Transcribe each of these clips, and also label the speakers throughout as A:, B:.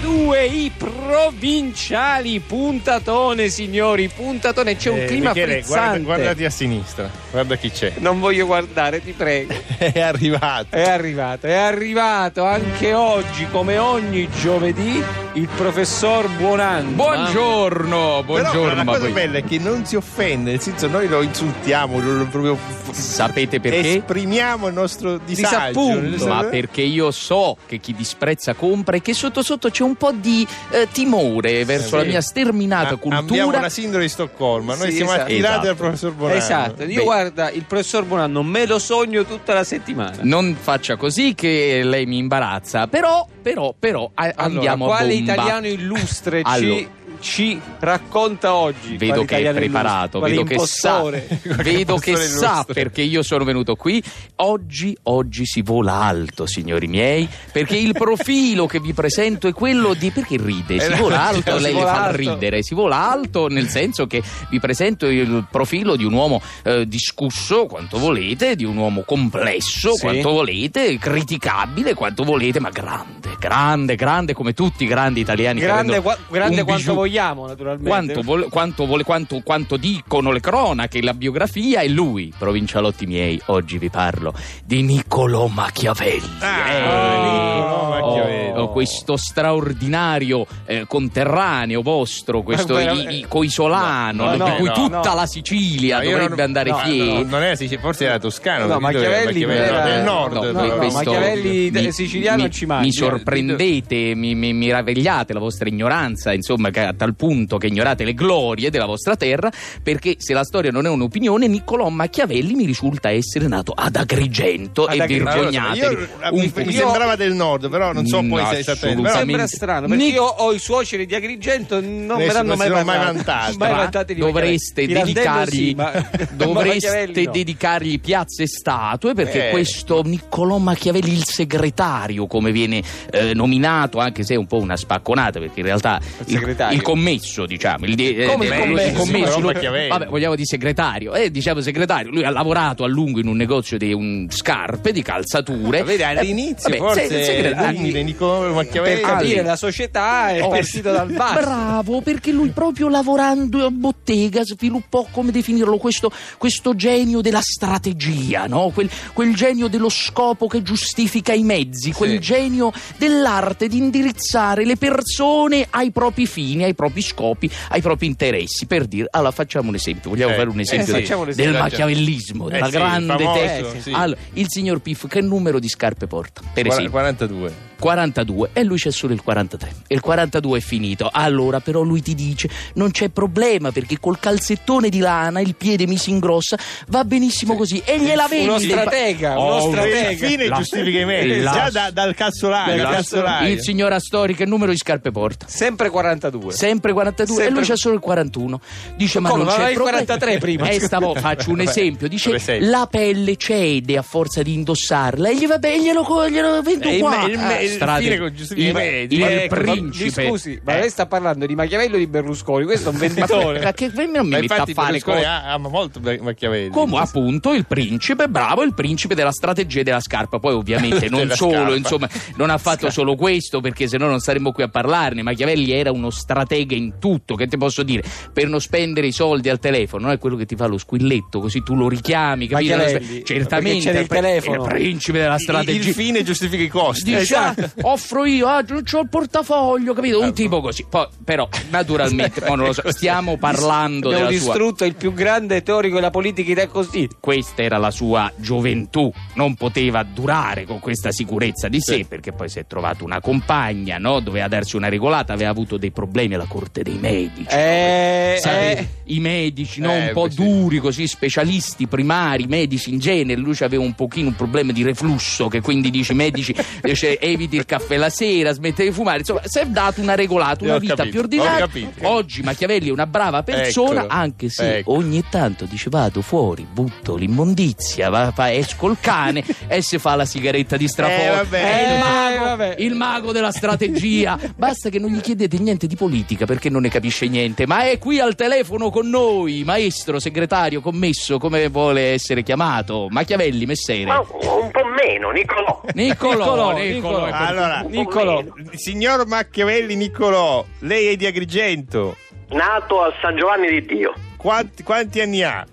A: due i provinciali. Puntatone, signori, puntatone. C'è un
B: Eh,
A: clima
B: Michele, guarda,
A: frizzante.
B: guardati a sinistra, guarda chi c'è.
A: Non voglio guardare, ti prego.
B: È arrivato.
A: È arrivato, è arrivato anche oggi, come ogni giovedì, il professor Buonanno.
C: Buongiorno,
B: Però
C: buongiorno.
B: la
C: ma
B: cosa
C: voi
B: bella è che non si offende, nel senso noi lo insultiamo, lo, lo proprio
C: Sapete perché?
B: esprimiamo il nostro disagio.
A: Disappunto.
B: nel senso-
C: Ma perché io so che chi disprezza compra e che sotto sotto c'è un po' di eh, timore verso la
B: Eh, sì.
C: mia sterminata
B: Ah, Abbiamo
C: cultura.
B: la sindrome di Stoccolma, noi
A: Sì,
B: siamo
A: esatto.
B: attirati
C: Esatto.
B: dal professor Bonanno.
A: Esatto, io
C: Beh.
A: guarda, il professor Buonanno me lo sogno tutta la settimana.
C: Non faccia così che lei mi imbarazza, però, però, però a-
A: Allora,
C: andiamo a
A: quale
C: bomba.
A: italiano illustre ci-
C: Allora.
A: ci, racconta oggi?
C: Vedo
A: Quale
C: che è
A: italiano illustre?
C: preparato,
A: Quale
C: vedo che sa,
A: impostore?
C: vedo che
B: impostore
C: sa
B: illustre.
C: perché io sono venuto qui. Oggi, oggi si vola alto, signori miei, perché il profilo che vi presento è quello di perché ride, si
B: Eh,
C: vola
B: cioè,
C: alto,
B: si
C: lei le
A: vola
C: fa
A: alto.
C: ridere, si vola alto nel senso che vi presento il profilo di un uomo eh, discusso quanto volete, di un uomo complesso
A: Sì.
C: quanto volete, criticabile quanto volete, ma grande, grande, grande come tutti i grandi italiani. che
A: Grande,
C: rendono
A: qua- grande
C: un
A: quanto
C: bijou-
A: vogliamo, naturalmente.
C: quanto, vol- quanto vole- quanto- quanto dicono le cronache, la biografia e lui, provincialotti miei, oggi vi parlo di Niccolò Machiavelli.
B: Ah,
A: Niccolò Machiavelli.
C: Eh, oh, questo straordinario eh, conterraneo vostro, questo
A: Ma-
C: i- i- coisolano,
B: No, no,
C: di cui
B: no,
C: tutta
A: no.
C: la Sicilia
B: No, io
C: dovrebbe
B: non-
C: andare
B: no,
C: fiera.
B: no, non era Sicilia, forse era Toscano.
A: No,
B: perché lui era
A: Machiavelli
B: Machiavelli,
A: era-
B: del nord.
A: no,
B: però.
A: no,
C: questo-
A: Machiavelli de- siciliano
C: mi,
A: ci eh, mangia.
C: Mi sorprendete, mi, mi- mi ravvegliate la vostra ignoranza, insomma, che a tal punto che ignorate le glorie della vostra terra, perché se la storia non è un'opinione, Niccolò Machiavelli mi risulta essere nato ad Agrigento
A: Ad
C: e
A: Agrigento.
C: vergognatevi
B: Io-
C: Ah, un
B: mi,
C: po'. Mm,
B: mi sembrava del nord, però non so poi
C: No,
B: se è esattamente. però-
C: assolutamente.
A: Sembra strano perché
C: Nic-
A: io ho i suoceri di Agrigento non me
B: Adesso
A: l'hanno
B: non si
A: mai
B: sono mai
A: parlato.
B: vantati.
A: Mai
C: Ma
A: vantati di
C: dovreste
A: Machiavelli. Pirandello
C: dedicargli,
A: sì, ma-
C: dovreste
A: Machiavelli no.
C: dedicargli piazze e statue perché
B: Eh.
C: questo Niccolò Machiavelli, il segretario, come viene eh, nominato, anche se è un po' una spacconata, perché in realtà il,
A: segretario.
C: il commesso, diciamo, il, di- eh,
A: Come il
C: eh,
A: commesso?
C: il commesso,
B: Niccolò
C: lui-
B: Machiavelli.
C: vabbè, vogliamo di segretario, eh, diciamo segretario, lui ha lavorato a lungo in un negozio di un- scarpe, di calzature.
B: Vedi,
C: Eh,
B: all'inizio
C: vabbè, se-
B: forse
C: segretario.
B: l'umile Niccolò Machiavelli
A: per capire
C: Ali.
A: la società è
C: Oh.
A: partito dal basso
C: Bravo, perché lui proprio lavorando a bottega sviluppò, come definirlo, questo, questo genio della strategia, no? quel, quel genio dello scopo che giustifica i mezzi, quel genio dell'arte di indirizzare le persone ai propri fini, ai propri scopi, ai propri interessi. Per dire, allora facciamo un esempio, vogliamo
B: Eh,
C: fare un
B: eh,
C: esempio,
A: sì,
C: del-
A: facciamo un
C: del
A: esempio.
C: machiavellismo,
B: Eh
C: della
B: sì,
C: grande
B: famoso,
C: testa.
B: sì.
C: Allora, il signor Piff che numero di scarpe porta? Per
B: Guarda,
C: esempio.
B: 42.
C: 42 e lui c'è solo il 43 e il 42 è finito allora però lui ti dice non c'è problema perché col calzettone di lana il piede mi si ingrossa va benissimo così e gliela vende
A: uno
B: Ah,
A: stratega
C: Oh,
A: uno
B: Alla
A: stratega
B: fine
C: La-
B: giustifica i mezzi.
C: la-
B: Già da- dal cazzolaio.
A: Dal
B: dal cazzolaio.
C: il signor Astori che numero di scarpe porta?
A: sempre 42
C: Sempre 42 e
A: Sempre-
C: lui c'ha solo il 41. Dice ma
A: Come?
C: non
A: Ma
C: c'è
A: avevi il
C: problema.
A: 43 prima.
C: Eh, stavo- faccio un
B: Vabbè,
C: esempio, dice
B: vabbè, sei.
C: la pelle cede a forza di indossarla e gli va bene, glielo, co- glielo vendo
B: Eh, il
C: qua.
B: me- il me-
C: Ah,
B: il
C: strade-
B: fine con Giuseppe
C: il-
B: Medi.
C: il
B: Ecco,
A: ma-
C: principe.
A: mi scusi ma
B: Eh.
A: lei sta parlando di Machiavelli o di Berlusconi questo è un venditore
C: Ma Cioè, che non mi
B: Ma
C: metta a
B: infatti
C: fare
B: Berlusconi
C: cose
B: ha- ama molto Be- Machiavelli.
C: come appunto il principe, bravo, il principe della strategia e della scarpa. Poi ovviamente non
B: Della
C: solo,
B: scarpa.
C: insomma, non ha fatto solo questo perché se no non saremmo qui a parlarne. Machiavelli era uno stratega in tutto, che ti posso dire, per non spendere i soldi al telefono, non è quello che ti fa lo squilletto, così tu lo richiami, capito?
A: Machiavelli,
C: Certamente,
A: perché c'era il
C: pre-
A: telefono.
C: il principe della strategia.
B: Il, il fine giustifica i costi.
C: Dice,
A: esatto."
C: "Ah, offro io, ah, non c'ho il portafoglio, capito? Un tipo così. Poi, però, naturalmente, mo non lo so, stiamo parlando
A: abbiamo
C: della sua
A: distrutto il più grande teorico della politica ed è così
C: questa era la sua gioventù, non poteva durare con questa sicurezza di sé,
B: Sì.
C: perché poi si è trovato una compagna, no? doveva darsi una regolata, aveva avuto dei problemi alla corte dei medici.
A: eh,
C: Sai,
A: eh,
C: I medici, no?
B: Eh,
C: un po'
B: sì.
C: duri, così specialisti, primari, medici in genere. Lui aveva un pochino un problema di reflusso, che quindi dice: medici, eh, cioè, eviti il caffè la sera, smette di fumare. Insomma, si è dato una regolata, una
B: Ho
C: vita
B: capito,
C: più
B: ho
C: ordinaria.
B: capito.
C: Oggi Machiavelli è una brava persona,
B: Eccolo,
C: anche se
B: ecco.
C: ogni tanto dice: vado fuori, butto l'immondizia, va, fa, esco il cane e si fa la sigaretta di strafoglio.
B: Eh, vabbè.
C: È il
A: Eh,
C: mago,
A: vabbè.
C: il mago della strategia. Basta che non gli chiedete niente di politica perché non ne capisce niente. Ma è qui al telefono con noi, maestro, segretario, commesso, come vuole essere chiamato. Machiavelli, messere.
D: Ma un po' meno, Nicolò.
A: Niccolò,
C: Niccolò,
A: Niccolò.
B: eh,
C: Niccolò. Ah,
B: Allora,
A: Niccolò.
B: signor Machiavelli Niccolò, lei è di Agrigento.
D: Nato a San Giovanni di Dio.
B: Quanti, quanti anni ha?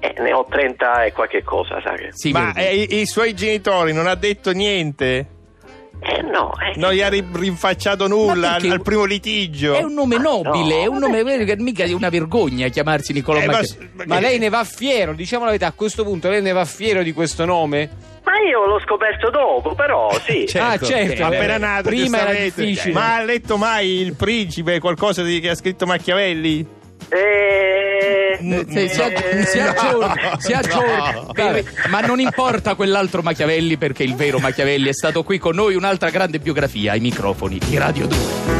D: Eh, ne ho 30 e qualche cosa, sai che...
C: Sì,
B: Ma
C: vedi.
B: eh, i, i suoi genitori non ha detto niente?
D: Eh no, eh.
B: Non gli ha ri- rinfacciato nulla
C: Ma
B: al,
C: perché-
B: al primo litigio?
C: È un nome nobile,
D: no,
C: è un nome vero che mica è una vergogna chiamarsi Niccolò
B: Eh, ma-
C: Machiavelli.
A: Ma lei ne va fiero, diciamo la verità, a questo punto lei ne va fiero di questo nome?
D: Ma io l'ho scoperto dopo, però sì.
A: Ah, certo,
B: appena
A: eh,
B: nato,
A: prima era
B: giustamente.
A: difficile.
B: Ma ha letto mai Il Principe, qualcosa di- che ha scritto Machiavelli?
D: Eh,
B: N-
C: Se- si aggi- si aggiorna, si aggiorna.
B: eh, no.
C: Bene, ma non importa quell'altro Machiavelli perché il vero Machiavelli è stato qui con noi un'altra grande biografia ai microfoni di Radio 2.